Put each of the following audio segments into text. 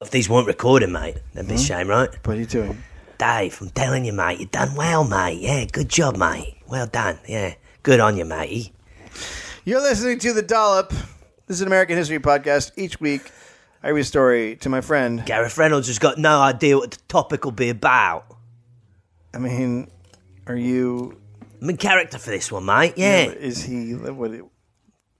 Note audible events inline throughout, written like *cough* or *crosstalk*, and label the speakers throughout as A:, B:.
A: If these weren't recorded, mate, that'd be a shame, right?
B: What are you doing?
A: Dave, I'm telling you, mate, you done well, mate. Yeah, good job, mate. Well done. Yeah, good on you, matey.
B: You're listening to The Dollop. This is an American history podcast. Each week, I read a story to my friend.
A: Gareth Reynolds has got no idea what the topic will be about.
B: I mean, are you.
A: I'm in character for this one, mate. Yeah,
B: Is he. What, what are you-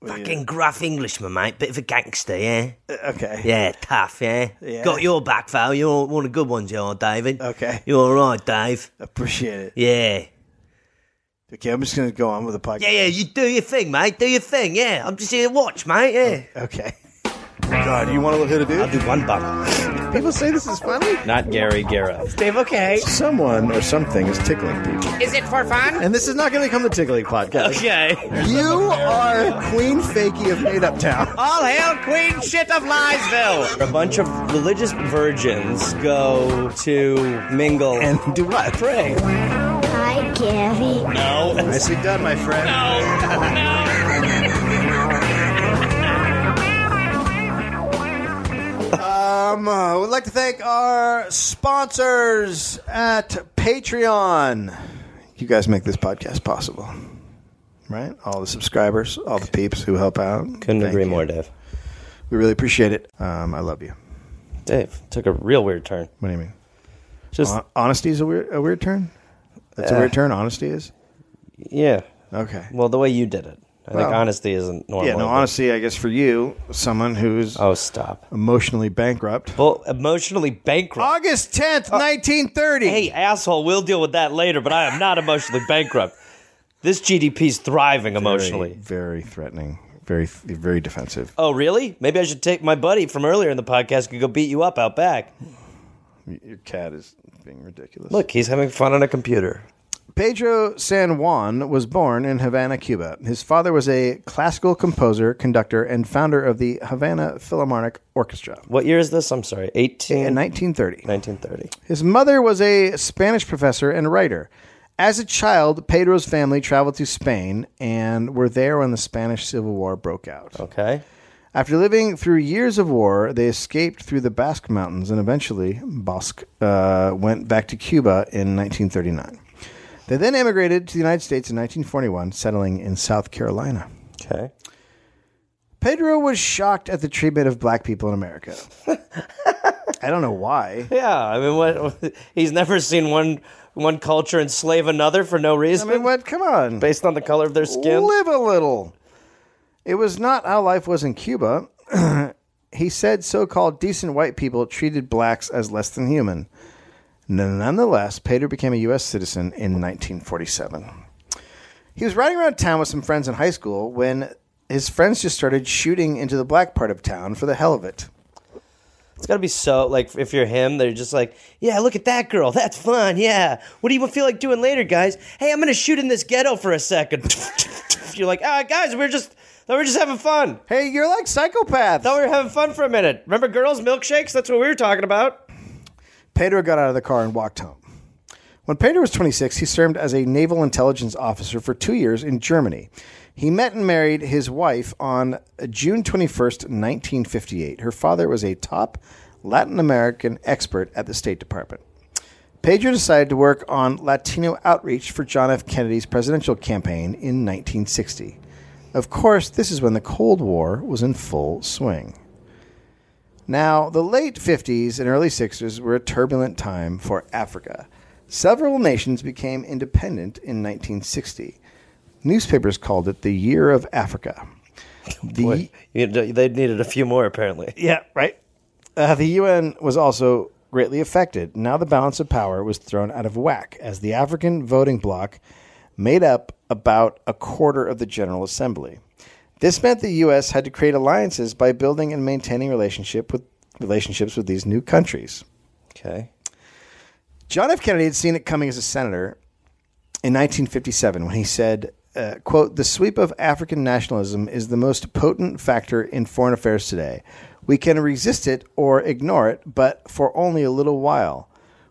A: fucking gruff Englishman, mate. Bit of a gangster. Yeah,
B: Okay.
A: yeah, tough. Yeah,
B: Yeah.
A: got your back, Val. You're one of the good ones, you are, David.
B: Okay.
A: you're all right, Dave.
B: Appreciate it.
A: Yeah.
B: Okay, I'm just going to go on with the podcast.
A: Yeah, yeah, you do your thing, mate. Do your thing, yeah. I'm just here to watch, mate, yeah.
B: Okay. God, you want to look at a
A: I'll
B: dude?
A: do one bump.
B: People say this is funny.
C: Not Gary Gareth.
A: Dave, *laughs* okay.
B: Someone or something is tickling people.
D: Is it for fun?
B: And this is not going to become the
A: *laughs*
B: tickling podcast.
C: Okay.
B: You are Queen Fakey of Made Up Town.
C: All hail Queen Shit of Liesville! A bunch of religious virgins go to mingle
B: And do what?
C: pray.
E: Hi, Gary.
C: No.
B: Nicely done, my friend. *laughs* Um, uh, we'd like to thank our sponsors at Patreon. You guys make this podcast possible, right? All the subscribers, all the peeps who help out.
C: Couldn't
B: Thank
C: agree
B: you.
C: more, Dave.
B: We really appreciate it. Um, I love you.
C: Dave took a real weird turn.
B: What do you mean?
C: Just,
B: Hon- honesty is a weird, a weird turn. That's a
C: Uh.
B: weird turn. Honesty is
C: yeah.
B: okay.
C: Well, the way you did it. I think
B: Well,
C: honesty isn't normal.
B: yeah, no, honesty. I guess for you, someone who's
C: Oh, stop.
B: emotionally bankrupt. Uh,
C: Well, emotionally bankrupt.
B: August 10th, 1930.
C: hey, asshole, we'll deal with that later, but I am not emotionally bankrupt. This GDP's thriving emotionally.
B: Very, very threatening. Very, very defensive.
C: Oh, really? Maybe I should take my buddy from earlier in the podcast and go beat you up out back.
B: Your cat is being ridiculous.
C: Look, he's having fun on a computer.
B: Pedro San Juan was born in Havana, Cuba. His father was a classical composer, conductor, and founder of the Havana Philharmonic Orchestra.
C: What year is this? I'm sorry. 18.
B: In 1930.
C: 1930.
B: His mother was a Spanish professor and writer. As a child, Pedro's family traveled to Spain and were there when the Spanish Civil War broke out.
C: Okay.
B: After living through years of war, they escaped through the Basque Mountains and eventually Basque uh, went back to Cuba in 1939. They then immigrated to the United States in 1941, settling in South Carolina.
C: Okay.
B: Pedro was shocked at the treatment of black people in
C: *laughs*
B: America. I don't know why.
C: Yeah, I mean, what? *laughs* He's never seen one one culture enslave another for no
B: I
C: reason,
B: mean, what? Come on.
C: based on the color of their skin.
B: Live a little. It was not how life was in Cuba. *clears throat* he said so called decent white people treated blacks as less than human. Nonetheless, Pedro became a U.S. citizen in 1947. He was riding around town with some friends in high school when his friends just started shooting into the black part of town for the hell of it.
C: It's got to be so like if you're him, they're just like, yeah, look at that girl, that's fun, yeah. What do you feel like doing later, guys? Hey, I'm gonna shoot in this ghetto for a second. *laughs* you're like, ah, guys, we're just we we're just having fun.
B: Hey, you're like psychopath.
C: thought we were having fun for a minute. Remember girls' milkshakes? That's what we were talking about.
B: Pedro got out of the car and walked home. When Pedro was 26, he served as a naval intelligence officer for two years in Germany. He met and married his wife on June 21st, 1958. Her father was a top Latin American expert at the State Department. Pedro decided to work on Latino outreach for John F. Kennedy's presidential campaign in 1960. Of course, this is when the Cold War was in full swing. Now, the late 50s and early 60s were a turbulent time for Africa. Several nations became independent in 1960. Newspapers called it the Year of Africa. The,
C: You know, they needed a few more, apparently.
B: *laughs* yeah, right. Uh, the UN was also greatly affected. Now the balance of power was thrown out of whack as the African voting bloc made up about a quarter of the General Assembly. This meant the U.S. had to create alliances by building and maintaining relationship with relationships with these new countries.
C: Okay.
B: John F. Kennedy had seen it coming as a senator in 1957 when he said, uh, quote, the sweep of African nationalism is the most potent factor in foreign affairs today. We can resist it or ignore it, but for only a little while.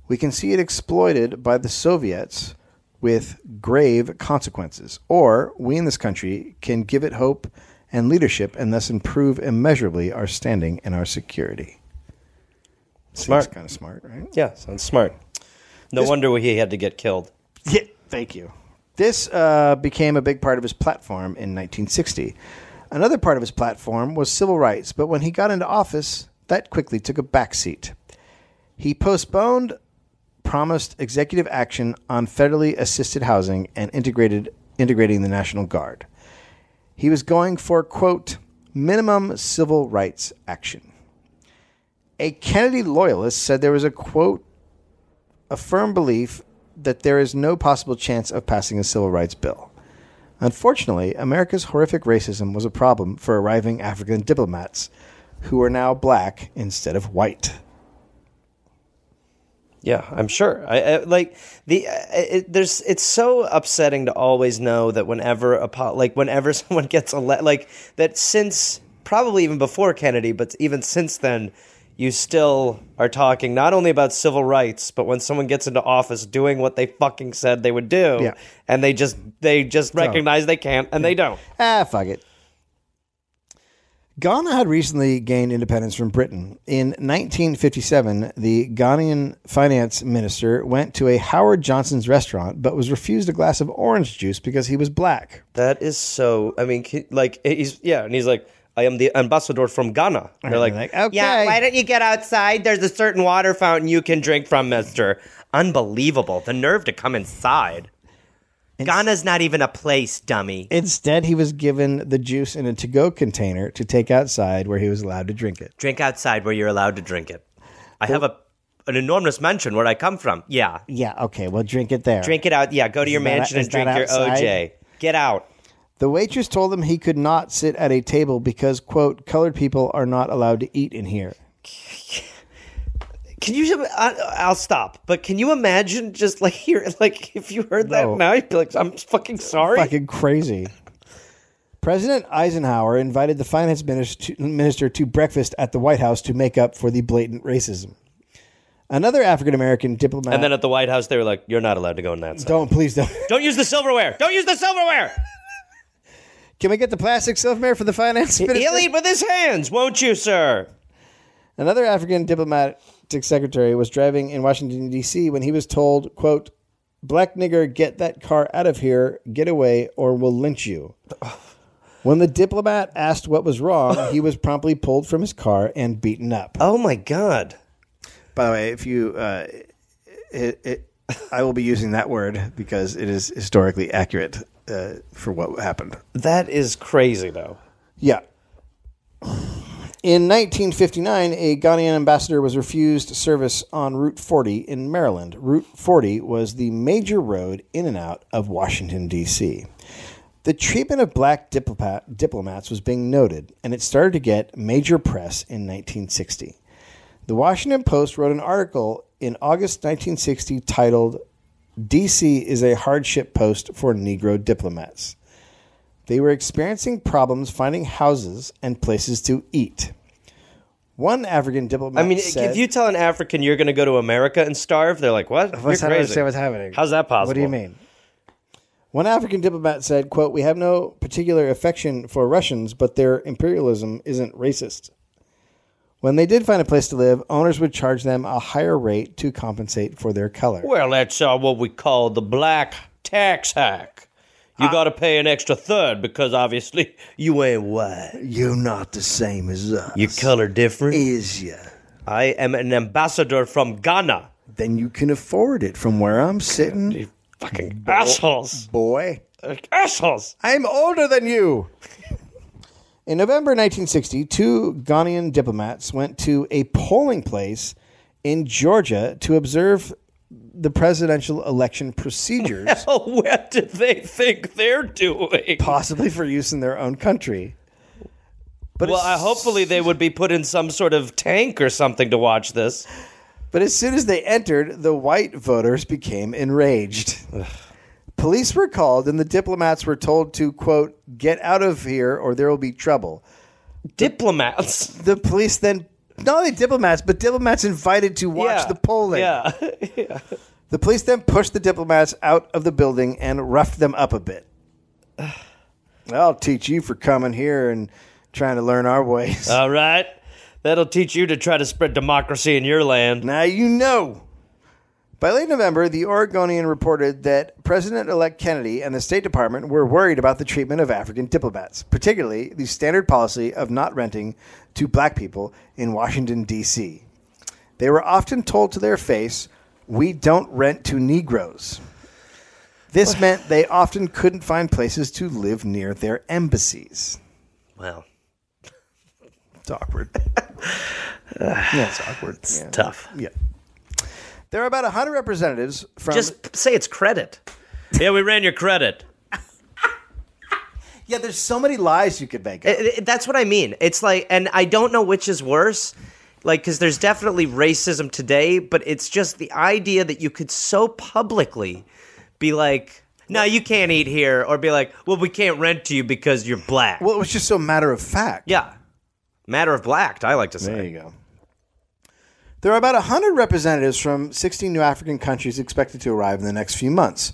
B: We can see it exploited by the Soviets with grave consequences, or we in this country can give it hope and leadership and thus improve immeasurably our standing and our security.
C: Smart.
B: Kind of smart, right?
C: Yeah, sounds smart. No wonder he had to get killed.
B: Yeah, thank you. This uh, became a big part of his platform in 1960. Another part of his platform was civil rights, but when he got into office, that quickly took a backseat. He postponed promised executive action on federally assisted housing and integrated integrating the National Guard. He was going for quote minimum civil rights action. A Kennedy loyalist said there was a quote a firm belief that there is no possible chance of passing a civil rights bill. Unfortunately, America's horrific racism was a problem for arriving African diplomats who are now black instead of white.
C: Yeah, I'm sure. I, I like the uh, it, there's it's so upsetting to always know that whenever a po- like whenever *laughs* someone gets elected, like that since probably even before Kennedy, but even since then, you still are talking not only about civil rights, but when someone gets into office, doing what they fucking said they would do,
B: Yeah.
C: and they just they just recognize they can't and they don't.
B: Ah, fuck it. Ghana had recently gained independence from Britain. In 1957, the Ghanaian finance minister went to a Howard Johnson's restaurant but was refused a glass of orange juice because he was black.
C: That is so. I mean, ki- like he's yeah, and he's like, I am the ambassador from Ghana. They're like,
B: like, okay.
C: yeah. Why don't you get outside? There's a certain water fountain you can drink from, Mister. Unbelievable! The nerve to come inside. Ghana's not even a place, dummy.
B: Instead, he was given the juice in a to go container to take outside where he was allowed to drink it.
C: Drink outside where you're allowed to drink it. I have a an enormous mansion where I come from. Yeah,
B: Yeah, okay, well, drink it there.
C: drink it out. Yeah, go to your
B: that-
C: mansion
B: is
C: and drink
B: that
C: your
B: outside?
C: OJ. Get out.
B: The waitress told him he could not sit at a table because, quote, colored people are not allowed to eat in here.
C: Can you? I, I'll stop. But can you imagine just like *laughs* here, like if you heard
B: No.
A: "Oh."
C: that now, *laughs* you'd be like, I'm fucking sorry.
B: Fucking crazy. President Eisenhower invited the finance minister minister to breakfast at the White House to make up for the blatant racism. Another African American diplomat.
C: And then at the White House, they were like, "You're not allowed to go in that side. Don't,
B: don't please *laughs* don't.
C: use the silverware. Don't use the silverware.
B: Can we get the plastic silverware for the finance minister?
C: He'll eat with his hands, won't you, sir?"
B: Another African diplomatic secretary was driving in Washington, D.C. when he was told, quote, Black nigger, get that car out of here, get away, or we'll lynch you. When the diplomat asked what was wrong, he was promptly pulled from his car and beaten up.
C: Oh my God!
B: By the way, if you, uh, it, it, I will be using that word because it is historically accurate uh, for what happened.
C: That is crazy, though.
B: Yeah. In 1959, a Ghanaian ambassador was refused service on Route 40 in Maryland. Route 40 was the major road in and out of Washington, D.C. The treatment of black diplomat, diplomats was being noted, and it started to get major press in 1960. The Washington Post wrote an article in August 1960 titled, DC is a hardship post for Negro diplomats. They were experiencing problems finding houses and places to eat. One African diplomat
C: I mean,
B: said,
C: if you tell an African you're going to go to America and starve, they're like, "What?
B: What's-
C: you're
B: I don't
C: crazy.
B: understand what's happening.
C: How's that possible?
B: What do you mean? One African diplomat said, quote, We have no particular affection for Russians, but their imperialism isn't racist. When they did find a place to live, owners would charge them a higher rate to compensate for their color.
C: Well, that's uh, what we call the black tax hack.
B: Ah.
C: You got to pay an extra third because obviously *laughs* you ain't white.
B: You're not the same as us.
C: Your color different.
B: is ya?
C: E- I am an ambassador from Ghana.
B: Then you can afford it from where I'm sitting,
C: Fucking assholes.
B: boy.
C: Assholes. *laughs*
B: I'm older than you. In November 1960, two Ghanaian diplomats went to a polling place in Georgia to observe the presidential election procedures,
C: *laughs* Oh, what do they think they're doing?
B: possibly for use in their own country. But
C: Well,
B: as-
C: I, hopefully they would be put in some sort of tank or something to watch this.
B: But as soon as they entered, the white voters became enraged. Police were called, and the diplomats were told to, quote, get out of here or there will be trouble.
C: *laughs* Diplomats.
B: The police then, not only diplomats, but diplomats invited to watch
C: Yeah.
B: the polling.
C: Yeah. *laughs*
B: The police then pushed the diplomats out of the building and roughed them up a
C: *sighs*
B: bit.
C: Uh,
B: I'll teach you for coming here and trying to learn our ways.
C: All right. That'll teach you to try to spread democracy in your land.
B: Now you know. By late November, the Oregonian reported that President elect Kennedy and the State Department were worried about the treatment of African diplomats, particularly the standard policy of not renting to black people in Washington, D.C. They were often told to their face, We don't rent to Negroes. This meant they often couldn't find places to live near their embassies.
C: Well,
B: It's awkward. yeah, it's awkward. Yeah.
C: tough.
B: Yeah. There are about 100 representatives from.
C: Just say it's credit. Yeah, we ran your credit.
B: yeah, there's so many lies you could make. up.
C: Th- That's what I mean. It's like, and I don't know which is worse, like, because there's definitely racism today, but it's just the idea that you could so publicly be like, no, you can't eat here, or be like, well, we can't rent to you because you're black.
B: well, it was just so matter of fact.
C: yeah. Matter of blacked, I like to say.
B: There you go. There are about 100 representatives from 16 new African countries expected to arrive in the next few months.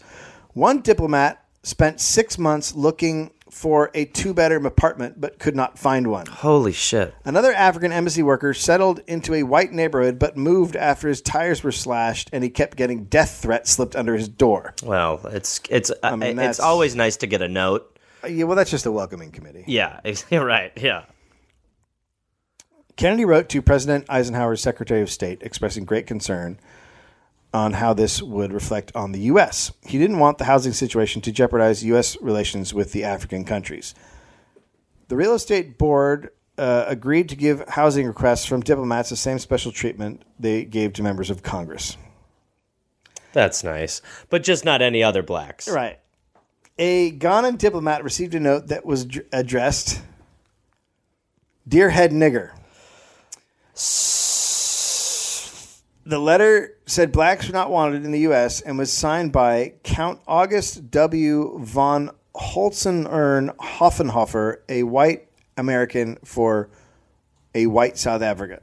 B: One diplomat spent six months looking for a two bedroom apartment but could not find one.
C: Holy shit.
B: Another African embassy worker settled into a white neighborhood but moved after his tires were slashed and he kept getting death threats slipped under his door.
C: Well, it's it's uh,
B: mean,
C: it's
B: that's-
C: always nice to get a note.
B: Yeah, well, that's just the welcoming committee.
C: Yeah, *laughs* you're right. Yeah.
B: Kennedy wrote to President Eisenhower's Secretary of State expressing great concern on how this would reflect on the U.S. He didn't want the housing situation to jeopardize U.S. relations with the African countries. The Real Estate Board uh, agreed to give housing requests from diplomats the same special treatment they gave to members of Congress.
C: That's nice. But just not any other blacks.
B: Right. A Ghanaian diplomat received a note that was dr- addressed Dear Head Nigger. The letter said blacks were not wanted in the U.S. and was signed by Count August W. von Holzenern Hoffenhofer, a white American for a white South Africa.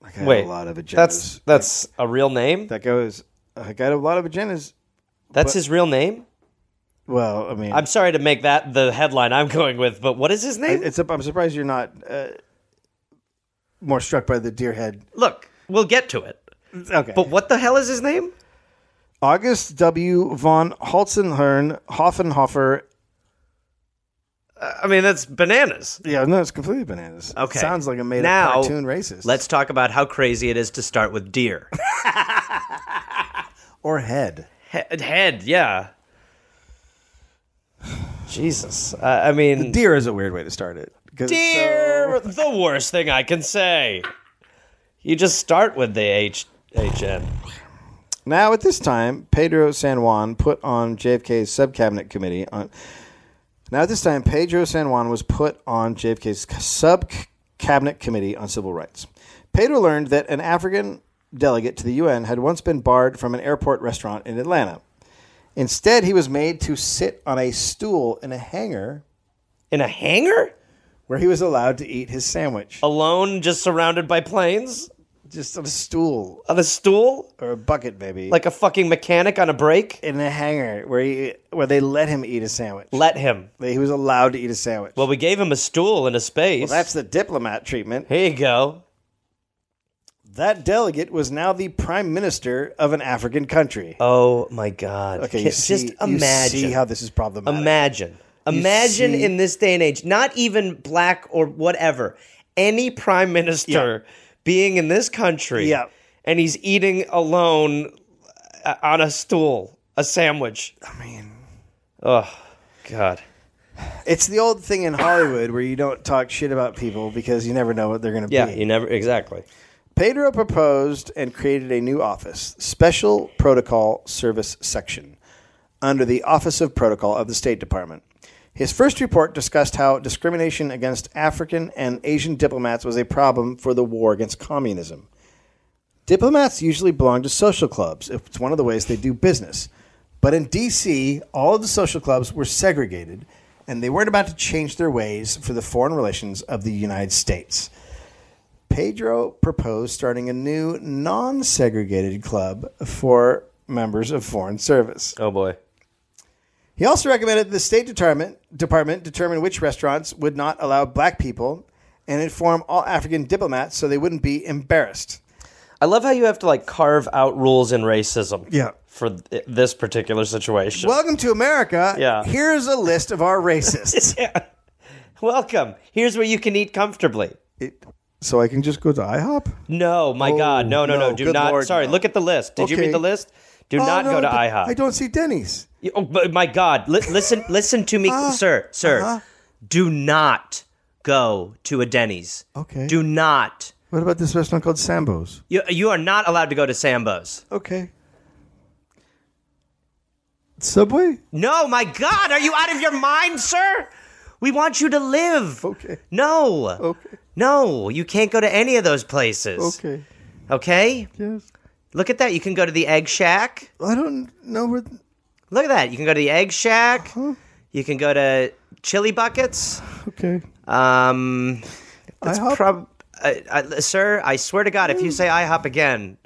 B: Like I had
C: Wait.
B: a lot of agendas.
C: That's that's a real name?
B: that guy was. I got a lot of agendas.
C: That's his real name?
B: Well, I mean,
C: I'm sorry to make that the headline I'm going with, but what is his name?
B: It's up. I'm surprised you're not uh, more struck by the deer head.
C: Look, we'll get to it.
B: Okay.
C: But what the hell is his name?
B: August W. von Holzenhorn Hoffenhofer.
C: I mean, that's bananas.
B: Yeah, no, it's completely bananas.
C: Okay.
B: Sounds like a made
C: Now,
B: up cartoon racist.
C: Let's talk about how crazy it is to start with deer.
B: or head.
C: *laughs* He- head, yeah. *sighs* Jesus. I I mean,
B: Deer is a weird way to start it. 'cause it's so-
C: deer, the worst thing I can say. You just start with the H HN.
B: Now, at this time, Pedro San Juan put on JFK's sub cabinet committee on. Now, at this time, Pedro San Juan was put on JFK's sub cabinet committee on civil rights. Pedro learned that an African delegate to the UN had once been barred from an airport restaurant in Atlanta. Instead, he was made to sit on a stool in a hangar
C: In a hangar?
B: where he was allowed to eat his sandwich.
C: Alone, just surrounded by planes?
B: Just on a stool
C: On a stool?
B: or a bucket, maybe.
C: Like a fucking mechanic on a break?
B: in a hangar where he, where they let him eat a sandwich.
C: Let him.
B: He was allowed to eat a sandwich.
C: Well, we gave him a stool and a space.
B: That's the diplomat treatment.
C: Here you go.
B: That delegate was now the prime minister of an African country.
C: Oh my God.
B: okay,
C: Can-
B: you see,
C: just imagine.
B: You see how this is problematic.
C: imagine. Imagine
B: see-
C: in this day and age, not even black or whatever, any prime minister being in this country
B: Yeah.
C: and he's eating alone uh, on a stool, a sandwich. Oh,
B: I mean,
C: God.
B: it's the old thing in Hollywood where you don't talk shit about people because you never know what they're going to
C: Yeah,
B: be.
C: you never, exactly.
B: Pedro proposed and created a new office, Special Protocol Service Section, under the Office of Protocol of the State Department. His first report discussed how discrimination against African and Asian diplomats was a problem for the war against communism. Diplomats usually belong to social clubs, if it's one of the ways they do business. But in D.C., all of the social clubs were segregated, and they weren't about to change their ways for the foreign relations of the United States. Pedro proposed starting a new non segregated club for members of foreign service.
C: Oh boy.
B: He also recommended the State Department, Department determine which restaurants would not allow black people and inform all African diplomats so they wouldn't be embarrassed.
C: I love how you have to like carve out rules in racism.
B: Yeah.
C: For th- this particular situation.
B: Welcome to America.
C: Yeah.
B: Here's a list of our racists.
C: *laughs* Welcome. Here's where you can eat comfortably.
B: so I can just go to IHOP?
C: No, my God, no, no, no.
B: Oh, no.
C: Do
B: Good
C: not.
B: Lord,
C: sorry,
B: no.
C: look at the list. Did you
B: Okay.
C: read the list? Do
B: Oh,
C: not
B: no,
C: go to
B: but
C: IHOP.
B: I don't see Denny's.
C: Oh, but my God, li- listen, listen to me,
B: Ah,
C: sir, sir.
B: uh-huh.
C: Do not go to a Denny's.
B: Okay.
C: Do not.
B: What about this restaurant called Sambo's?
C: You, you are not allowed to go to Sambo's.
B: Okay. Subway?
C: No, my God, are you out of your mind, sir? We want you to live.
B: Okay.
C: No.
B: Okay.
C: No, you can't go to any of those places.
B: Okay.
C: Okay?
B: Yes.
C: Look at that. You can go to the Egg Shack.
B: I don't know where.
C: Look at that. You can go to the Egg Shack.
B: Uh-huh.
C: You can go to Chili Buckets.
B: Okay.
C: Um,
B: IHOP.
C: prob- I, I, sir, I swear to God, if
B: Mm.
C: you say IHOP again,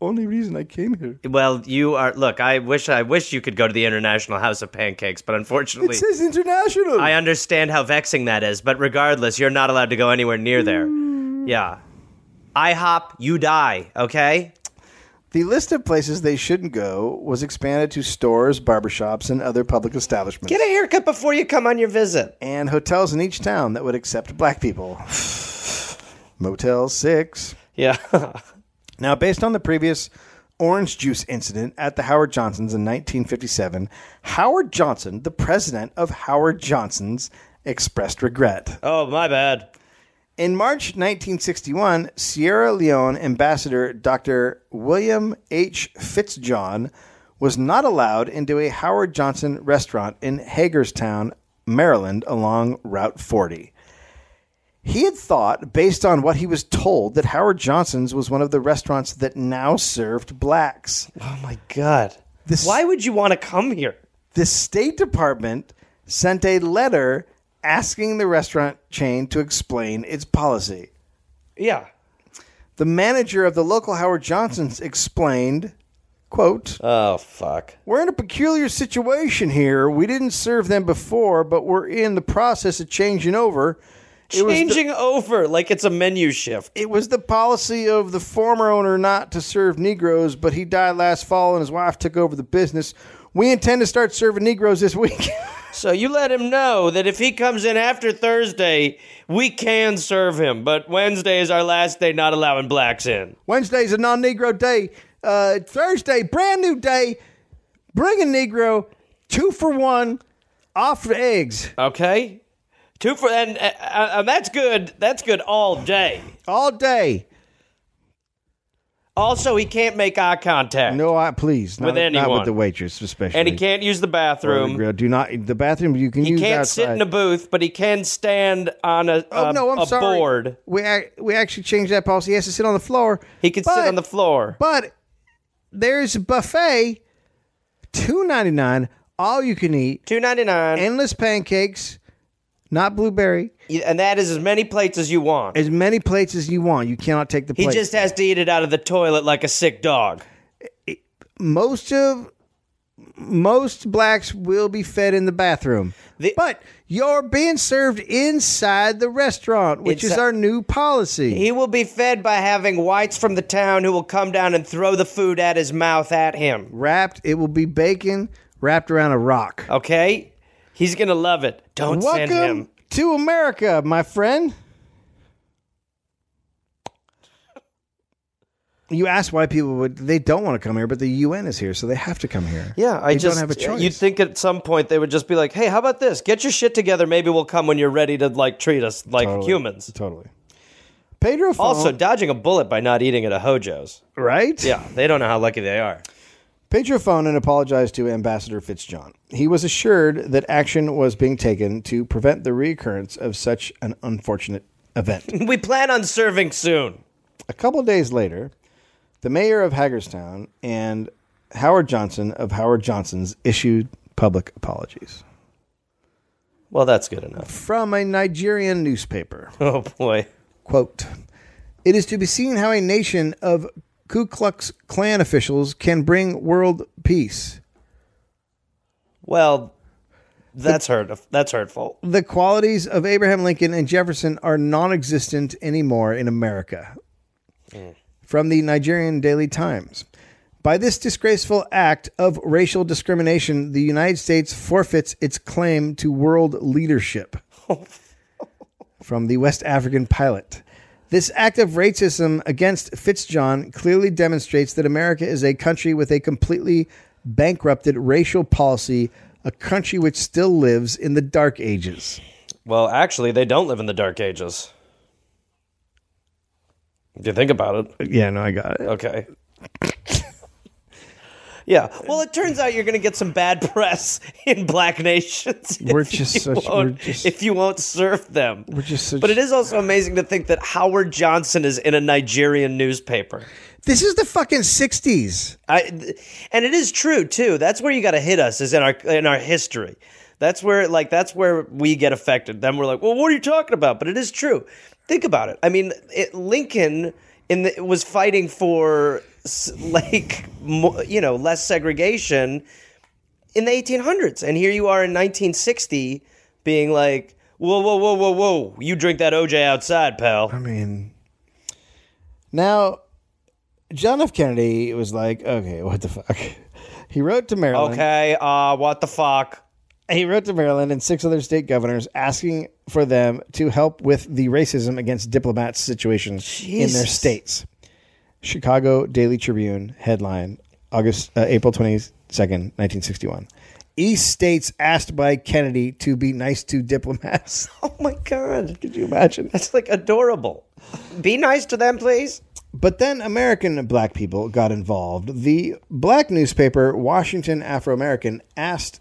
B: only reason I came here.
C: well, you are. Look, I wish, I wish you could go to the International House of Pancakes, but unfortunately,
B: It says international.
C: I understand how vexing that is. But regardless, you're not allowed to go anywhere near there.
B: Mm.
C: Yeah, IHOP, you die. Okay.
B: the list of places they shouldn't go was expanded to stores, barbershops, and other public establishments.
C: Get a haircut before you come on your visit.
B: and hotels in each town that would accept black people. *sighs* Motel 6.
C: *laughs* Yeah.
B: Now, based on the previous orange juice incident at the Howard Johnson's in 1957, Howard Johnson, the president of Howard Johnson's, expressed regret.
C: oh, my bad.
B: In March 1961, Sierra Leone Ambassador Dr. William H. Fitzjohn was not allowed into a Howard Johnson restaurant in Hagerstown, Maryland, along Route 40. He had thought, based on what he was told, that Howard Johnson's was one of the restaurants that now served blacks.
C: Oh my God.
B: This-
C: Why would you want to come here?
B: the State Department sent a letter asking the restaurant chain to explain its policy.
C: Yeah.
B: The manager of the local Howard Johnson's explained, quote,
C: Oh fuck.
B: We're in a peculiar situation here. We didn't serve them before, but we're in the process of changing over. It was, the,
C: Changing over like it's a menu shift.
B: it was the policy of the former owner not to serve Negroes, but he died last fall and his wife took over the business. We intend to start serving Negroes this week. *laughs*
C: So you let him know that if he comes in after Thursday, we can serve him, but Wednesday is our last day not allowing blacks in.
B: Wednesday's a non Negro day. Uh, Thursday, brand new day. Bring a Negro, two for one, off the eggs.
C: Okay? Two for and, and, and that's good. That's good all day.
B: all day.
C: Also, he can't make eye contact.
B: No, I please not
C: With
B: not
C: anyone.
B: with the waitress, especially.
C: And he can't use the bathroom.
B: Girl, do not the bathroom. You can
C: He
B: use
C: can't
B: outside.
C: sit in a booth, but he can stand on a,
B: Oh
C: a-
B: no, I'm
C: a
B: sorry.
C: board.
B: We ac- we actually changed that policy. He has to sit on the floor.
C: He can sit
B: But-
C: on the floor.
B: But there's a buffet, two ninety nine, all you can eat,
C: Two ninety nine.
B: endless pancakes, not blueberry,
C: and that is as many plates as you want.
B: as many plates as you want. You cannot take the
C: He
B: plates.
C: just has to eat it out of the toilet like a sick dog.
B: most of most blacks will be fed in the bathroom.
C: The-
B: but you're being served inside the restaurant, which
C: It's
B: is
C: a-
B: our new policy.
C: He will be fed by having whites from the town who will come down and throw the food at his mouth at him.
B: wrapped, it will be bacon wrapped around a rock.
C: Okay? He's gonna love it. Uh, Don't send him.
B: Welcome to America, my friend. You asked why people would they don't want to come here, but the UN is here, so they have to come here.
C: Yeah, I
B: They
C: just uh,
B: don't have a choice.
C: you'd think at some point they would just be like, "Hey, how about this? Get your shit together. Maybe we'll come when you're ready to like treat us like humans."
B: Totally. Pedro
C: Also,
B: Fon,
C: dodging a bullet by not eating at a Hojo's.
B: right?
C: Yeah, they don't know how lucky they are. *laughs*
B: Pedro Fonin apologized to Ambassador Fitzjohn. He was assured that action was being taken to prevent the reoccurrence of such an unfortunate *laughs* event.
C: We plan on serving soon.
B: A couple days later, the mayor of Hagerstown and Howard Johnson of Howard Johnson's issued public apologies
C: Well, that's good enough. *laughs*
B: from a Nigerian newspaper.
C: Oh boy.
B: Quote It is to be seen how a nation of Ku Klux Klan officials can bring world peace.
C: Well, That's hurt. That's hurtful.
B: The qualities of Abraham Lincoln and Jefferson are non existent anymore in America. From the Nigerian Daily Times. By this disgraceful act of racial discrimination, the United States forfeits its claim to world leadership. From the West African pilot. This act of racism against Fitzjohn clearly demonstrates that America is a country with a completely bankrupted racial policy, a country which still lives in the dark ages.
C: Well, actually, they don't live in the Dark Ages. If you think about it,
B: Yeah, no, I got it.
C: okay. *laughs* yeah. Well, it turns out you're going to get some bad press in black nations. *laughs* if
B: We're just
C: you
B: such-
C: won't-
B: we're just-
C: if you won't serve them. We're
B: just such-
C: But it is also amazing to think that Howard Johnson is in a Nigerian newspaper.
B: This is the fucking 60s.
C: I, th- and it is true too. That's where you got to hit us is in our in our history. That's where like that's where we get affected. Then we're like, well, what are you talking about? But it is true. Think about it. I mean, it, Lincoln in the, was fighting for s- like mo- you know less segregation in the 1800s, and here you are in 1960 being like, whoa, whoa, whoa, whoa, whoa, you drink that OJ outside, pal.
B: I mean, now, John F. Kennedy was like, okay, what the fuck? *laughs* He wrote to Maryland.
C: Okay, uh, what the fuck?
B: He wrote to Maryland and six other state governors asking for them to help with the racism against diplomats situation in their
C: Jesus.
B: states. Chicago Daily Tribune headline August uh, April 22nd, 1961. East states asked by Kennedy to be nice to diplomats. *laughs*
C: Oh my god.
B: Could you imagine?
C: That's like adorable. Be nice to them, please.
B: But then American black people got involved. The black newspaper Washington Afro American asked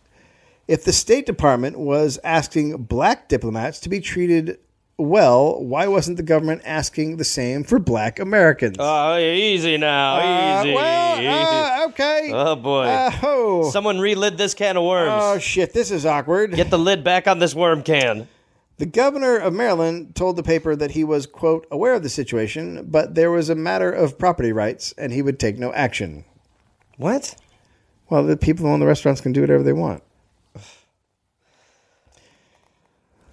B: if the State Department was asking black diplomats to be treated well, why wasn't the government asking the same for black Americans?
C: Oh, easy now,
B: Uh,
C: easy.
B: well, uh, okay.
C: *laughs* oh boy.
B: Uh, oh.
C: Someone relid this can of worms.
B: oh, shit. This is awkward.
C: Get the lid back on this worm can.
B: The governor of Maryland told the paper that he was, quote, aware of the situation, but there was a matter of property rights and he would take no action.
C: What?
B: Well, the people who own the restaurants can do whatever they want.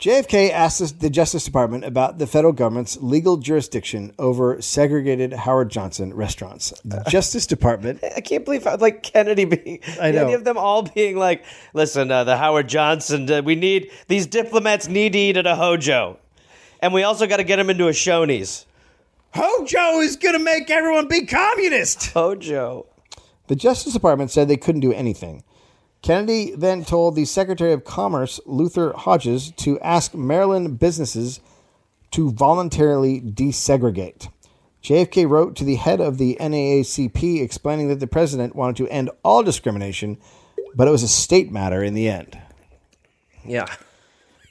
B: JFK asked us- the Justice Department about the federal government's legal jurisdiction over segregated Howard Johnson *laughs* restaurants. The Justice Department
C: I can't believe how, like Kennedy being
B: I
C: the
B: know.
C: idea of them all being like, listen, uh, the Howard Johnson, uh, we need these diplomats need to eat at a hojo, and we also got to get them into a Shoney's
B: Hojo is going to make everyone be communist.
C: hojo.
B: The Justice Department said they couldn't do anything. Kennedy then told the Secretary of Commerce, Luther Hodges, to ask Maryland businesses to voluntarily desegregate. JFK wrote to the head of the NAACP explaining that the president wanted to end all discrimination, but it was a state matter in the end.
C: Yeah,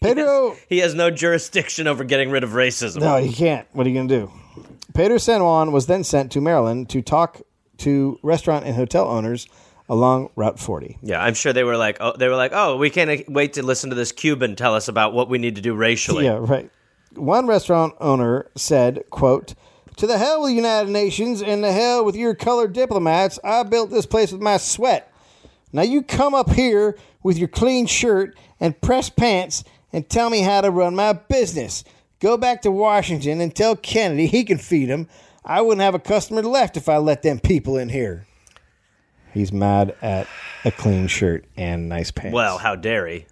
B: Pedro
C: he has no jurisdiction over getting rid of racism.
B: No, you can't. What are you going to do? Pedro San Juan was then sent to Maryland to talk to restaurant and hotel owners along Route 40.
C: Yeah, I'm sure they were like, oh, they were like, oh, we can't wait to listen to this Cuban tell us about what we need to do racially.
B: Yeah, right. One restaurant owner said, quote, to the hell with the United Nations and the hell with your colored diplomats. I built this place with my sweat. Now you come up here with your clean shirt and pressed pants and tell me how to run my business. Go back to Washington and tell Kennedy he can feed 'em. I wouldn't have a customer left if I let them people in here. He's mad at a clean shirt and nice pants.
C: Well, how dare he?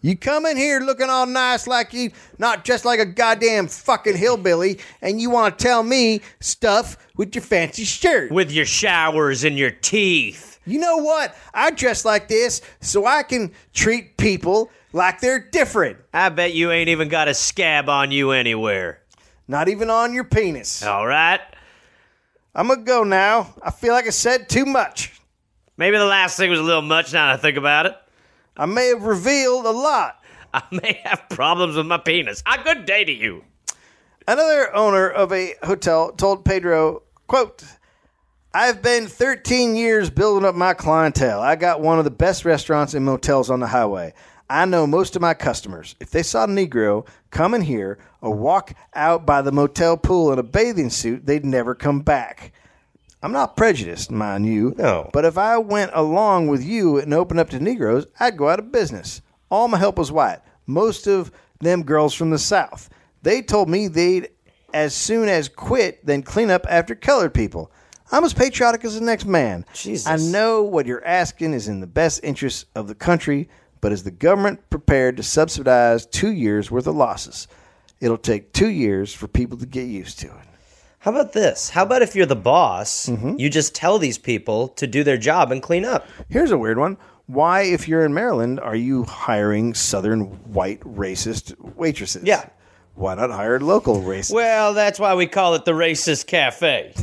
B: You come in here looking all nice, like you not just like a goddamn fucking hillbilly, and you want to tell me stuff with your fancy shirt.
C: With your showers and your teeth.
B: You know what? I dress like this so I can treat people like they're different,
C: I bet you ain't even got a scab on you anywhere.
B: not even on your penis.
C: All right?
B: I'm gonna go now. I feel like I said too much.
C: Maybe the last thing was a little much now that I think about it.
B: I may have revealed a lot.
C: I *laughs* may have problems with my penis. A good day to you.
B: Another owner of a hotel told Pedro, quote, I've been 13 years building up my clientele. I got one of the best restaurants and motels on the highway. I know most of my customers. If they saw a Negro come in here or walk out by the motel pool in a bathing suit, they'd never come back. I'm not prejudiced, mind you.
C: No.
B: But if I went along with you and opened up to Negroes, I'd go out of business. All my help was white. Most of them girls from the South. They told me they'd as soon as quit, then clean up after colored people. I'm as patriotic as the next man.
C: Jesus.
B: I know what you're asking is in the best interest of the country, but is the government prepared to subsidize two years worth of losses? It'll take two years for people to get used to it.
C: How about this? How about if you're the boss, you just tell these people to do their job and clean up?
B: Here's a weird one. Why, if you're in Maryland, are you hiring Southern white racist waitresses?
C: Yeah.
B: Why not hire local racist?
C: Well, that's why we call it the racist cafe.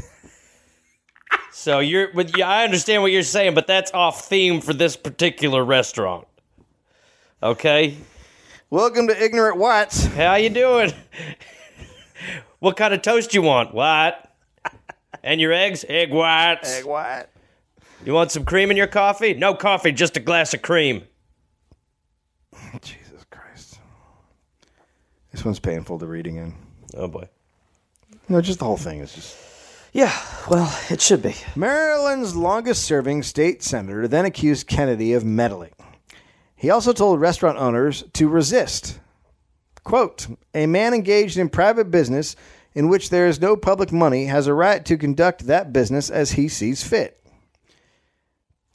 C: *laughs* so you're, but yeah, I understand what you're saying, but that's off theme for this particular restaurant. Okay,
B: Welcome to Ignorant Whites.
C: how you doing? *laughs* what kind of toast you want? *laughs* White. And your eggs? Egg whites.
B: Egg white.
C: You want some cream in your coffee? No coffee, just a glass of cream.
B: Jesus Christ. This one's painful to reading in.
C: Oh boy.
B: No, just the whole thing is just.
C: Yeah, well, it should be.
B: Maryland's longest serving state senator then accused Kennedy of meddling. He also told restaurant owners to resist. Quote A man engaged in private business in which there is no public money has a right to conduct that business as he sees fit.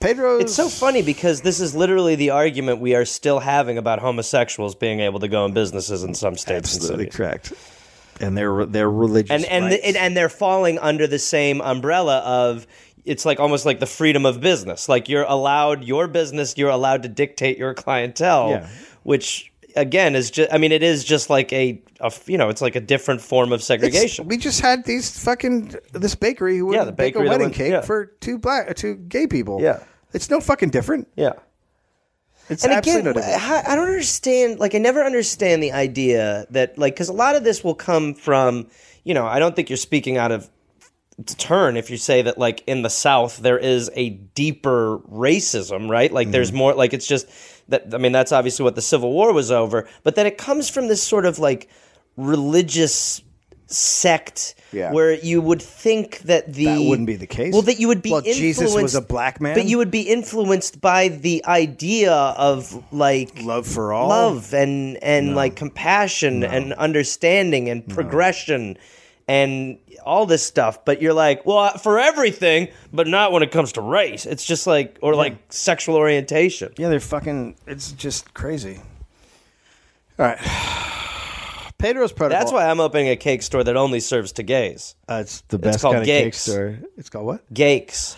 B: Pedro's.
C: It's so funny because this is literally the argument we are still having about homosexuals being able to go in businesses in some states and
B: Absolutely
C: cities.
B: correct. And their, their religious.
C: And and,
B: rights.
C: the, and and they're falling under the same umbrella of it's like almost like the freedom of business. Like you're allowed your business, you're allowed to dictate your clientele,
B: Yeah.
C: which again is just I mean it is just like a, a f- you know, it's like a different form of
B: It's-
C: segregation.
B: We just had these fucking this bakery who would
C: Yeah, the
B: bake a
C: bakery that
B: wedding
C: would-
B: cake
C: yeah.
B: for two black uh, two gay people.
C: Yeah.
B: it's no fucking different.
C: yeah.
B: It's
C: and
B: absolutely
C: again,
B: no different.
C: I, I don't understand. Like, I never understand the idea that, like, because a lot of this will come from, you know, I don't think you're speaking out of turn if you say that, like, in the South there is a deeper racism, right? Like, there's
B: Mm-hmm.
C: more. Like, it's just that. I mean, that's obviously what the Civil War was over, but then it comes from this sort of like religious sect
B: Yeah.
C: where you would think that the
B: That wouldn't be the case.
C: well that you would be
B: Well, Jesus was
C: influenced-
B: a black man?
C: but you would be influenced by the idea of like
B: Love for all.
C: love and and like compassion and understanding and progression and all this stuff but you're like well for everything but not when it comes to race it's just like or like sexual orientation
B: Yeah, they're fucking. It's just crazy. All right, *sighs* Pedro's protocol.
C: that's why i'm opening a cake store that only serves to gays
B: uh, it's the best
C: called
B: kind of cake
C: Gake's.
B: store. It's called what?
C: gakes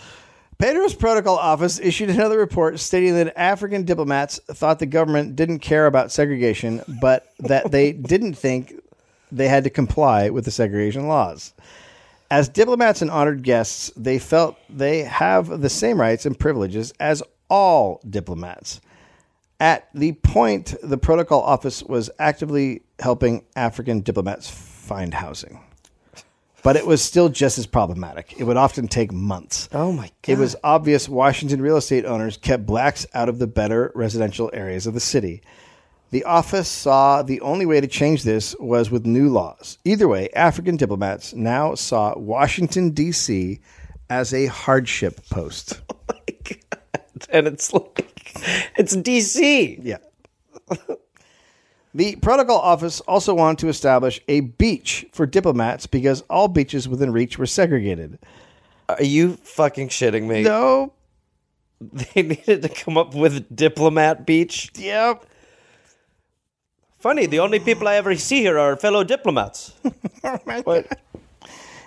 B: Pedro's protocol office issued another report stating that African diplomats thought the government didn't care about segregation, but that they didn't think they had to comply with the segregation laws. As diplomats and honored guests, they felt they have the same rights and privileges as all diplomats. At the point, the protocol office was actively helping African diplomats find housing. But it was still just as problematic. It would often take months.
C: oh my god
B: It was obvious Washington real estate owners kept blacks out of the better residential areas of the city. The office saw the only way to change this was with new laws. Either way, African diplomats now saw Washington, D.C. as a hardship post.
C: *laughs* and it's like it's dc
B: Yeah. the protocol office also wanted to establish a beach for diplomats because all beaches within reach were segregated.
C: are you fucking shitting me
B: No.
C: *laughs* they needed to come up with diplomat beach
B: Yep.
C: Funny, the only people I ever see here are fellow diplomats.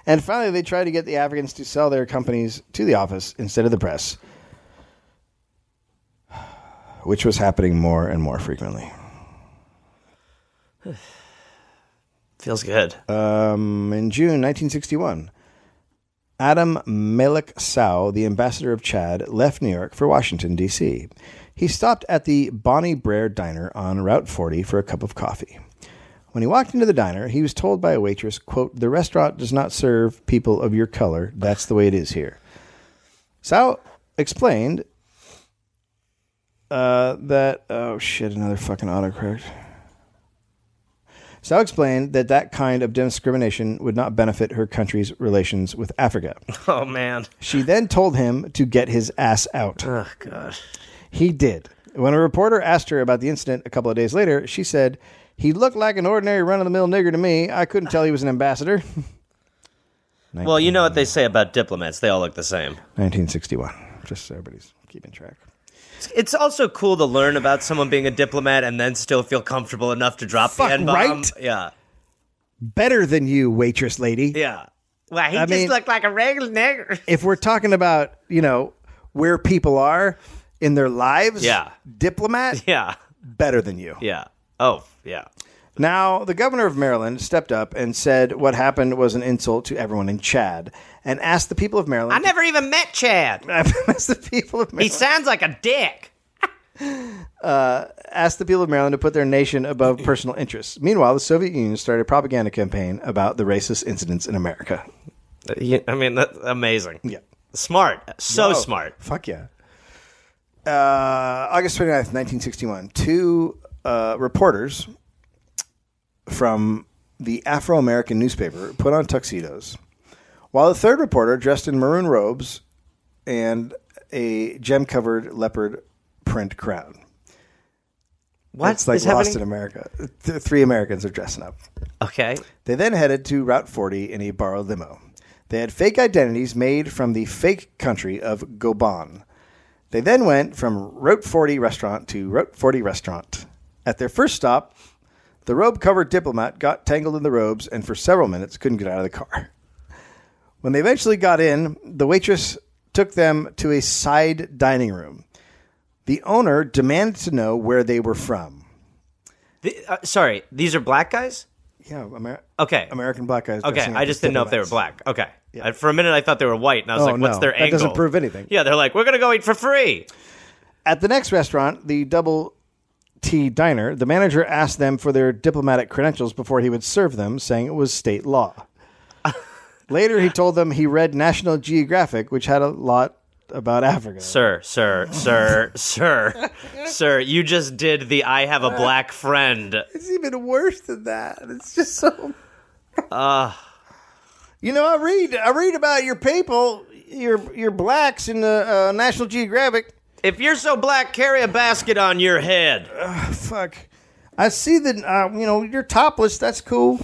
B: And finally, they tried to get the Africans to sell their companies to the office instead of the press, which was happening more and more frequently.
C: *laughs* Feels good.
B: Um, in June 1961, Adam Malik Sow, the ambassador of Chad, left New York for Washington, D.C. He stopped at the Bonnie Brer Diner on Route 40 for a cup of coffee. When he walked into the diner, he was told by a waitress, quote, the restaurant does not serve people of your color. That's the way it is here. Sow explained uh, that, oh shit, another fucking autocorrect. Sow explained that that kind of discrimination would not benefit her country's relations with Africa.
C: oh man.
B: She then told him to get his ass out.
C: Oh god.
B: He did. When a reporter asked her about the incident a couple of days later, she said, He looked like an ordinary run of the mill nigger to me. I couldn't tell he was an ambassador.
C: *laughs* Well, you know what they say about diplomats. They all look the same.
B: 1961. Just so everybody's keeping track.
C: It's also cool to learn about someone being a diplomat and then still feel comfortable enough to drop
B: Fuck,
C: the N bomb.
B: right?
C: Yeah.
B: Better than you, waitress lady.
C: Yeah. Well, he
B: I
C: just
B: mean-
C: looked like a regular nigger. *laughs*
B: If we're talking about, you know, where people are in their lives,
C: Yeah.
B: diplomat,
C: *laughs* Yeah.
B: better than you.
C: Yeah. Oh, yeah.
B: Now, the governor of Maryland stepped up and said what happened was an insult to everyone in Chad and asked the people of Maryland.
C: I never even met
B: *laughs*
C: Chad.
B: asked the people of
C: He *laughs*
B: Maryland,
C: sounds like a dick.
B: asked the people of Maryland to put their nation above personal interests. Meanwhile, the Soviet Union started a propaganda campaign about the racist incidents in America.
C: Yeah, I mean, that's amazing.
B: Yeah.
C: Smart. So
B: Oh,
C: smart.
B: Fuck yeah. Uh, August 29th, 1961, two uh, reporters from the Afro American newspaper put on tuxedos, while the third reporter, dressed in maroon robes and a gem covered leopard print crown.
C: What's
B: It's like
C: is
B: Lost
C: happening?
B: in America. Th- three Americans are dressing up.
C: Okay.
B: They then headed to Route 40 in a borrowed limo. They had fake identities made from the fake country of Gabon. They then went from Route 40 restaurant to Route 40 restaurant. At their first stop, the robe covered diplomat got tangled in the robes and for several minutes couldn't get out of the car. When they eventually got in, the waitress took them to a side dining room. The owner demanded to know where they were from.
C: Th- uh, sorry, these are black guys?
B: Yeah, Amer-
C: Okay.
B: American black guys.
C: Okay,
B: dressing up
C: I
B: as
C: just didn't know if they were
B: diplomats.
C: black. Okay. I- for a minute, I thought they were white, and I was
B: Oh,
C: like, what's
B: no.
C: their
B: That
C: angle?
B: doesn't prove anything.
C: Yeah, they're like, we're going to go eat for free.
B: At the next restaurant, the Double T Diner, the manager asked them for their diplomatic credentials before he would serve them, saying it was state law. Later, he told them he read National Geographic, which had a lot about Africa.
C: Sir, sir, sir, sir, sir, you just did the I have a black friend.
B: It's even worse than that. It's just so. You know, I read I read about your people, your your blacks in the uh, National Geographic.
C: If you're so black, carry a basket on your head.
B: Fuck, I see that. Uh, you know, you're topless. That's cool.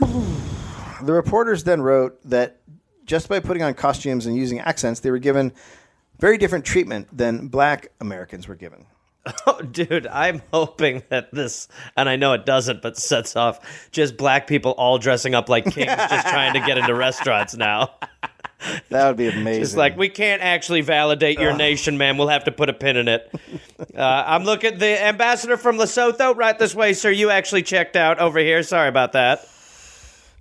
B: the reporters then wrote that just by putting on costumes and using accents, they were given very different treatment than black Americans were given.
C: Oh, dude, I'm hoping that this, and I know it doesn't, but sets off just black people all dressing up like kings, just trying to get into restaurants now.
B: That would be amazing.
C: It's like we can't actually validate your nation, man. We'll have to put a pin in it. Uh, I'm looking the ambassador from Lesotho right this way, sir. You actually checked out over here. Sorry about that.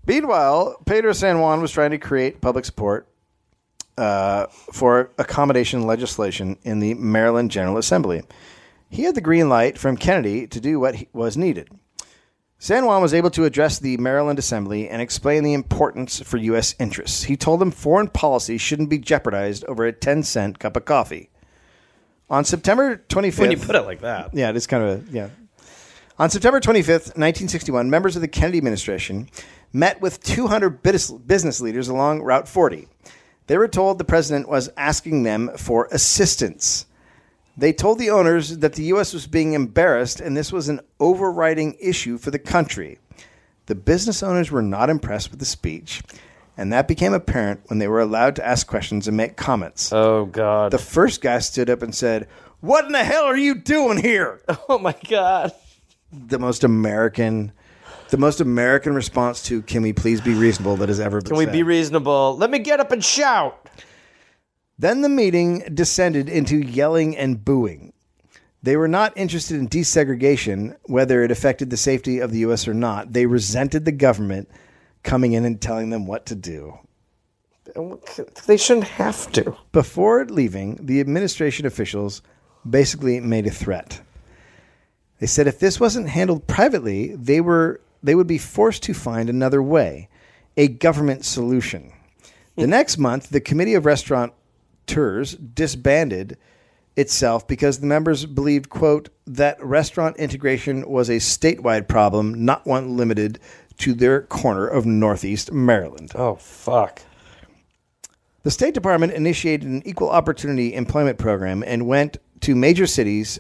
B: Meanwhile, Pedro San Juan was trying to create public support uh, for accommodation legislation in the Maryland General Assembly. He had the green light from Kennedy to do what he, was needed. San Juan was able to address the Maryland Assembly and explain the importance for U.S. interests. He told them foreign policy shouldn't be jeopardized over a 10 cent cup of coffee. On September 25th.
C: When you put it like that,
B: Yeah, it's kind of a, yeah. On September 25th, 1961, members of the Kennedy administration met with 200 bus- business leaders along Route 40. They were told the president was asking them for assistance. They told the owners that the U.S. was being embarrassed and this was an overriding issue for the country. The business owners were not impressed with the speech, and that became apparent when they were allowed to ask questions and make comments.
C: oh god,
B: The first guy stood up and said, What in the hell are you doing here?
C: *laughs* oh my god.
B: the most American, the most American response to "Can we please be reasonable?" that has ever been.
C: Can we
B: said.
C: be reasonable? Let me get up and shout.
B: then the meeting descended into yelling and booing. They were not interested in desegregation, whether it affected the safety of the U.S. or not. They resented the government coming in and telling them what to do.
C: They shouldn't have to.
B: Before leaving, the administration officials basically made a threat. They said if this wasn't handled privately, they were they would be forced to find another way, a government solution.
C: Hmm.
B: The next month, the Committee of Restaurateurs disbanded itself because the members believed, quote, that restaurant integration was a statewide problem, not one limited to their corner of Northeast Maryland.
C: Oh fuck.
B: The State Department initiated an equal opportunity employment program and went to major cities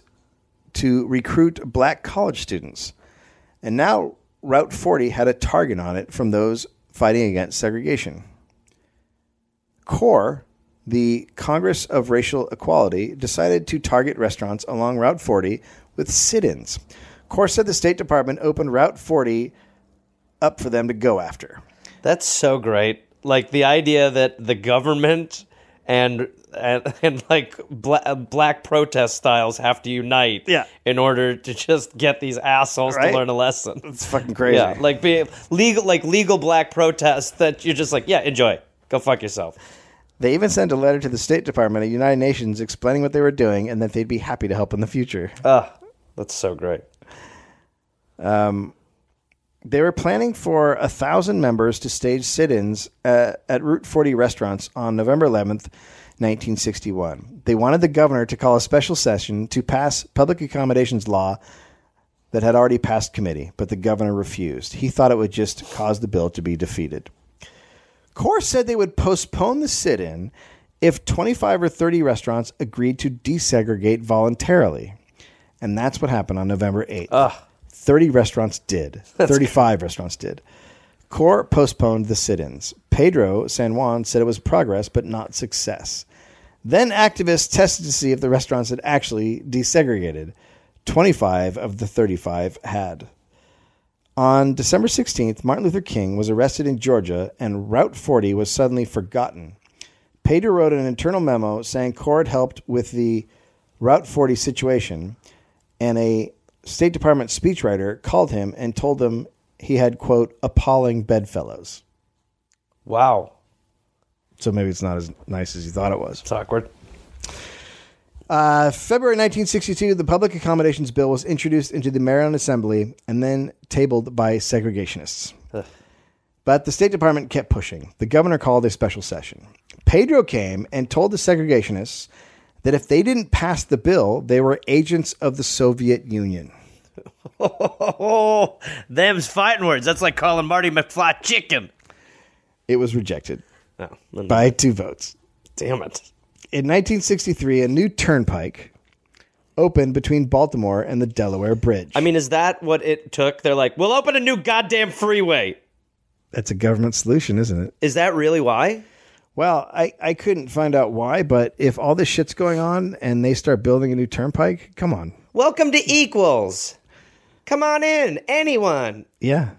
B: to recruit black college students. And now Route 40 had a target on it from those fighting against segregation. CORE, the Congress of Racial Equality, decided to target restaurants along Route 40 with sit ins. CORE said the State Department opened Route 40 up for them to go after.
C: That's so great. Like the idea that the government and and, *laughs* and like bla- black protest styles have to unite
B: Yeah.
C: in order to just get these assholes
B: Right?
C: to learn a lesson.
B: It's fucking crazy.
C: *laughs* Yeah, like be legal like legal black protests that you're just like, yeah, enjoy. Go fuck yourself.
B: They even sent a letter to the State Department of the United Nations explaining what they were doing and that they'd be happy to help in the future.
C: Ugh, that's so great.
B: They were planning for a thousand members to stage sit-ins uh, at Route 40 restaurants on November 11th, 1961. They wanted the governor to call a special session to pass public accommodations law that had already passed committee, but the governor refused. He thought it would just cause the bill to be defeated. Corr said they would postpone the sit-in if 25 or 30 restaurants agreed to desegregate voluntarily. And that's what happened on November 8th. 30 restaurants did. 35 restaurants did. Corr postponed the sit-ins. Pedro San Juan said it was progress but not success. Then activists tested to see if the restaurants had actually desegregated. 25 of the 35 had. On December 16th, Martin Luther King was arrested in Georgia and Route 40 was suddenly forgotten. Pater wrote an internal memo saying Cord helped with the Route 40 situation, and a State Department speechwriter called him and told him he had, quote, appalling bedfellows.
C: Wow.
B: So maybe it's not as nice as you thought it was.
C: It's awkward.
B: Uh, February 1962, the Public Accommodations Bill was introduced into the Maryland Assembly and then tabled by segregationists. But the State Department kept pushing. The governor called a special session. Pedro came and told the segregationists that if they didn't pass the bill, they were agents of the Soviet Union.
C: Oh, them's fighting words. That's like calling Marty McFly chicken.
B: It was rejected
C: No, no, no.
B: by two votes.
C: Oh, damn it.
B: In 1963, a new turnpike opened between Baltimore and the Delaware Bridge.
C: I mean, is that what it took? They're like, we'll open a new goddamn freeway.
B: That's a government solution, isn't it?
C: Is that really why?
B: Well, I, I couldn't find out why, but if all this shit's going on and they start building a new turnpike, come on.
C: Welcome to Equals. Come on in, anyone. *laughs*
B: Yeah.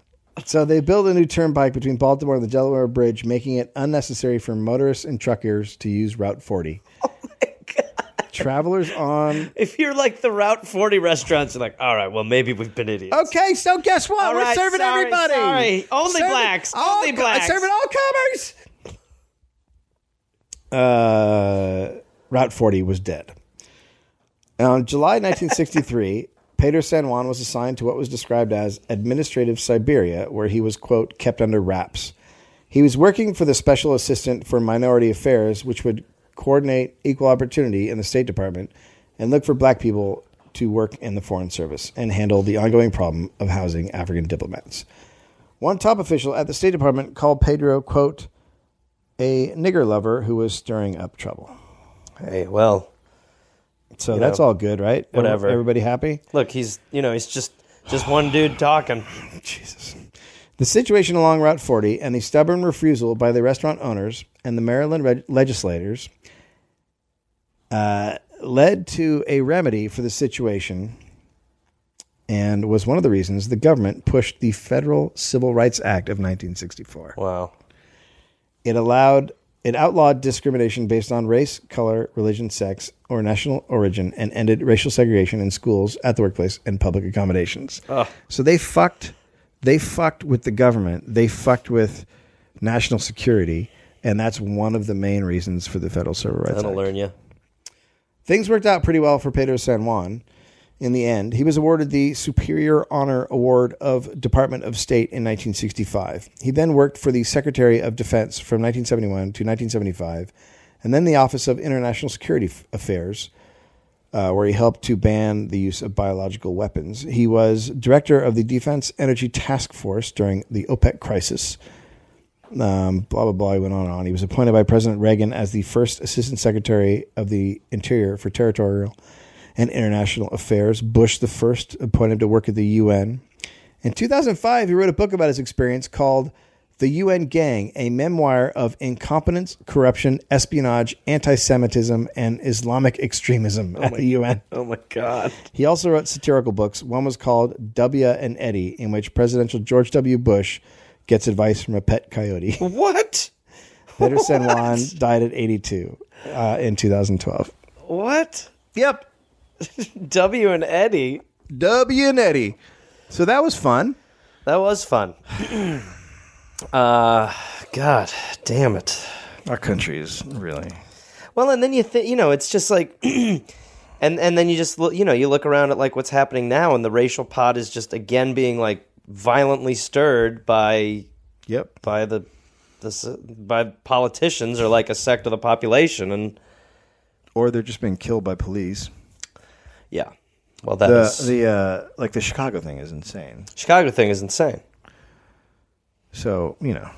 B: So they build a new turnpike between Baltimore and the Delaware Bridge, making it unnecessary for motorists and truckers to use Route 40. Oh my God. Travelers on.
C: If you're like the Route 40 restaurants, you're like, all right, well, maybe we've been idiots.
B: Okay, so guess what?
C: All
B: We're
C: right,
B: serving
C: sorry,
B: everybody.
C: sorry. Only
B: Serving
C: blacks,
B: all
C: only
B: co-
C: blacks.
B: Serving all comers. Uh, Route 40 was dead. On July *laughs* 1963, Pedro San Juan was assigned to what was described as administrative Siberia, where he was, quote, kept under wraps. He was working for the Special Assistant for Minority Affairs, which would coordinate equal opportunity in the State Department and look for black people to work in the Foreign Service and handle the ongoing problem of housing African diplomats. One top official at the State Department called Pedro, quote, a nigger lover who was stirring up trouble.
C: Hey, well,
B: So that's all good, right? Every-
C: whatever.
B: Everybody happy?
C: look, he's, you know, he's just just one dude talking.
B: Jesus. The situation along Route 40 and the stubborn refusal by the restaurant owners and the Maryland reg- legislators uh, led to a remedy for the situation and was one of the reasons the government pushed the Federal Civil Rights Act of 1964.
C: Wow.
B: It allowed it outlawed discrimination based on race, color, religion, sex, or national origin and ended racial segregation in schools, at the workplace, and public accommodations. So they fucked they fucked with the government. They fucked with national security, and that's one of the main reasons for the federal civil rights.
C: That'll
B: Act.
C: learn you.
B: Things worked out pretty well for Pedro San Juan. In the end, he was awarded the Superior Honor Award of Department of State in 1965. He then worked for the Secretary of Defense from 1971 to 1975, and then the Office of International Security F- Affairs, uh, where he helped to ban the use of biological weapons. He was director of the Defense Energy Task Force during the OPEC crisis um, blah blah blah. He went on and on. He was appointed by President Reagan as the first Assistant Secretary of the Interior for territorial and International Affairs. Bush the first appointed him to work at the UN. In 2005, he wrote a book about his experience called The UN Gang, a memoir of incompetence, corruption, espionage, anti Semitism, and Islamic extremism at the UN.
C: Oh my god.
B: He also wrote satirical books. One was called W and Eddie, in which presidential George W. Bush gets advice from a pet
C: *laughs*
B: coyote.
C: What?
B: Peter *laughs* San Juan died at 82 uh, in 2012.
C: What?
B: Yep.
C: W and Eddie.
B: W and Eddie. So that was fun.
C: That was fun. *clears throat* uh god damn it.
B: Our country is really.
C: Well, and then you think, you know, it's just like, *clears throat* and and then you just look, you know, you look around at like what's happening now, and the racial pot is just again being like violently stirred by
B: Yep.
C: by the this by politicians or like a sect of the population, and
B: Or they're just being killed by police.
C: yeah, well, that
B: The
C: is
B: the uh, like the Chicago thing is insane.
C: Chicago thing is insane.
B: So you know,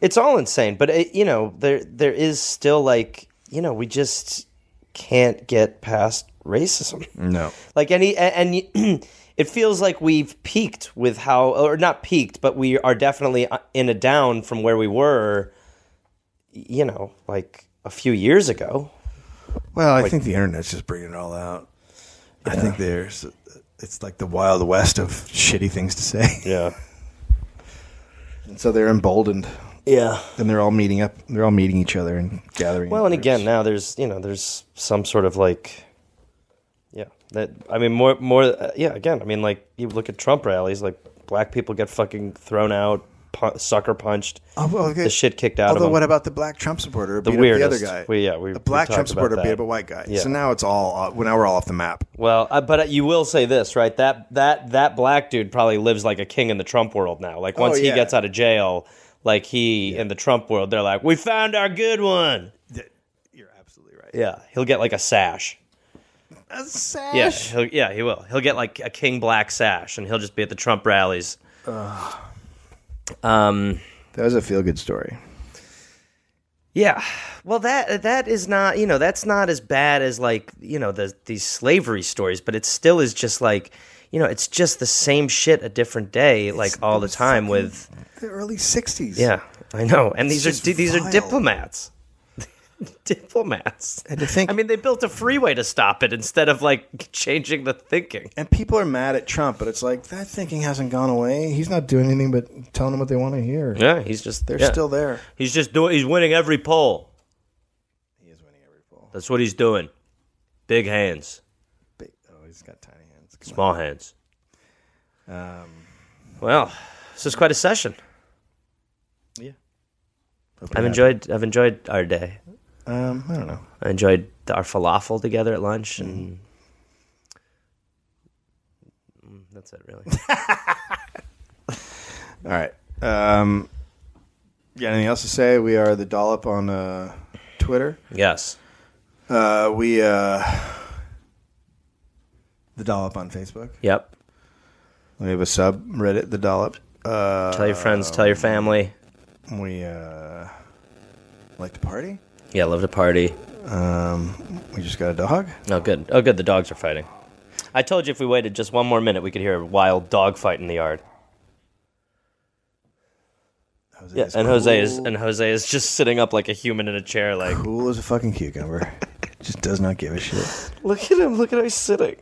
C: It's all insane, but it, you know, there there is still like, you know, we just can't get past racism.
B: no.
C: like any *clears throat* a- and, and it feels like we've peaked with how or not peaked but we are definitely uh, in a down from where we were you know like a few years ago
B: Well, I think the internet's just bringing it all out. I think there's it's like the wild west of shitty things to say.
C: yeah
B: and *laughs* so they're emboldened,
C: yeah
B: and they're all meeting up. They're all meeting each other and gathering.
C: well and
B: in
C: again
B: groups.
C: now there's you know there's some sort of like yeah that i mean more more uh, yeah again i mean like you look at trump rallies like black people get fucking thrown out pu- sucker punched
B: Oh, well, okay.
C: the shit kicked out
B: Although,
C: of them
B: what about the black Trump supporter? The
C: weirdest.
B: the other guy.
C: We- yeah, we-
B: the black
C: we
B: Trump
C: talked about
B: supporter
C: that.
B: beat up a white guy.
C: Yeah.
B: So now it's all. off- Well, now we're all off the map.
C: Well, uh, but uh, you will say this, right? That that that black dude probably lives like a king in the Trump world now. Like
B: Oh,
C: once
B: yeah.
C: he gets out of jail, like he in the Trump world, they're like, "We found our good one."
B: You're absolutely right.
C: Yeah, he'll get like a sash.
B: A sash.
C: Yeah, he'll, yeah, he will. He'll get like a king black sash, and he'll just be at the Trump rallies. Um.
B: That was a feel good story.
C: Yeah. Well, that that is not you know that's not as bad as like you know the these slavery stories, but it still is just like you know it's just the same shit a different day like all the time with
B: The early '60s.
C: yeah I know and these are
B: just
C: d- these
B: vile.
C: are diplomats. *laughs* diplomats.
B: And to think,
C: I mean, they built a freeway to stop it instead of like changing the thinking.
B: and people are mad at Trump, but it's like that thinking hasn't gone away. He's not doing anything but telling them what they want to hear.
C: Yeah, he's just
B: They're
C: yeah.
B: still there.
C: He's just doing. He's winning every poll.
B: He is winning every poll.
C: That's what he's doing. Big hands,
B: Big- Oh, he's got tiny hands. Come
C: small hands.
B: on. Um,
C: Well, this is quite a session.
B: yeah.
C: I've enjoyed I've enjoyed our day.
B: Um, I don't know.
C: I enjoyed the- our falafel together at lunch, and Mm, that's it, really.
B: All right. Um, yeah. Anything else to say? We are the dollop on uh, Twitter.
C: yes,
B: Uh, we uh, the dollop on Facebook.
C: yep.
B: We have a subreddit, the dollop. Uh,
C: Tell your friends, tell your family.
B: we uh, like to party.
C: Yeah, love to party.
B: Um, we just got a dog.
C: Oh, good. Oh, good. The dogs are fighting. I told you if we waited just one more minute, we could hear a wild dog fight in the yard.
B: Jose
C: Yeah,
B: is
C: and Jose is
B: cool-
C: and Jose is just sitting up like a human in a chair, like
B: cool as a fucking cucumber. just does not give a shit.
C: *laughs* look at him, look at how he's sitting.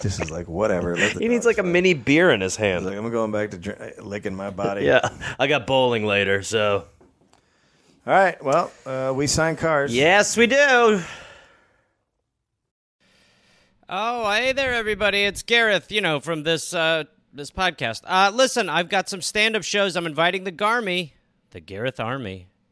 B: Just is like whatever. let the
C: *laughs* He needs
B: dogs
C: like a
B: fight.
C: mini beer in his
B: He's
C: hand.
B: Like I'm going back to dr- licking my body.
C: Yeah, I got bowling later, so
B: All right. Well, uh, we sign cars.
C: yes, we do.
D: Oh, hey there, everybody. It's Gareth, you know, from this uh, this podcast. Uh, listen, I've got some stand up shows I'm inviting the Garmy, the Gareth Army,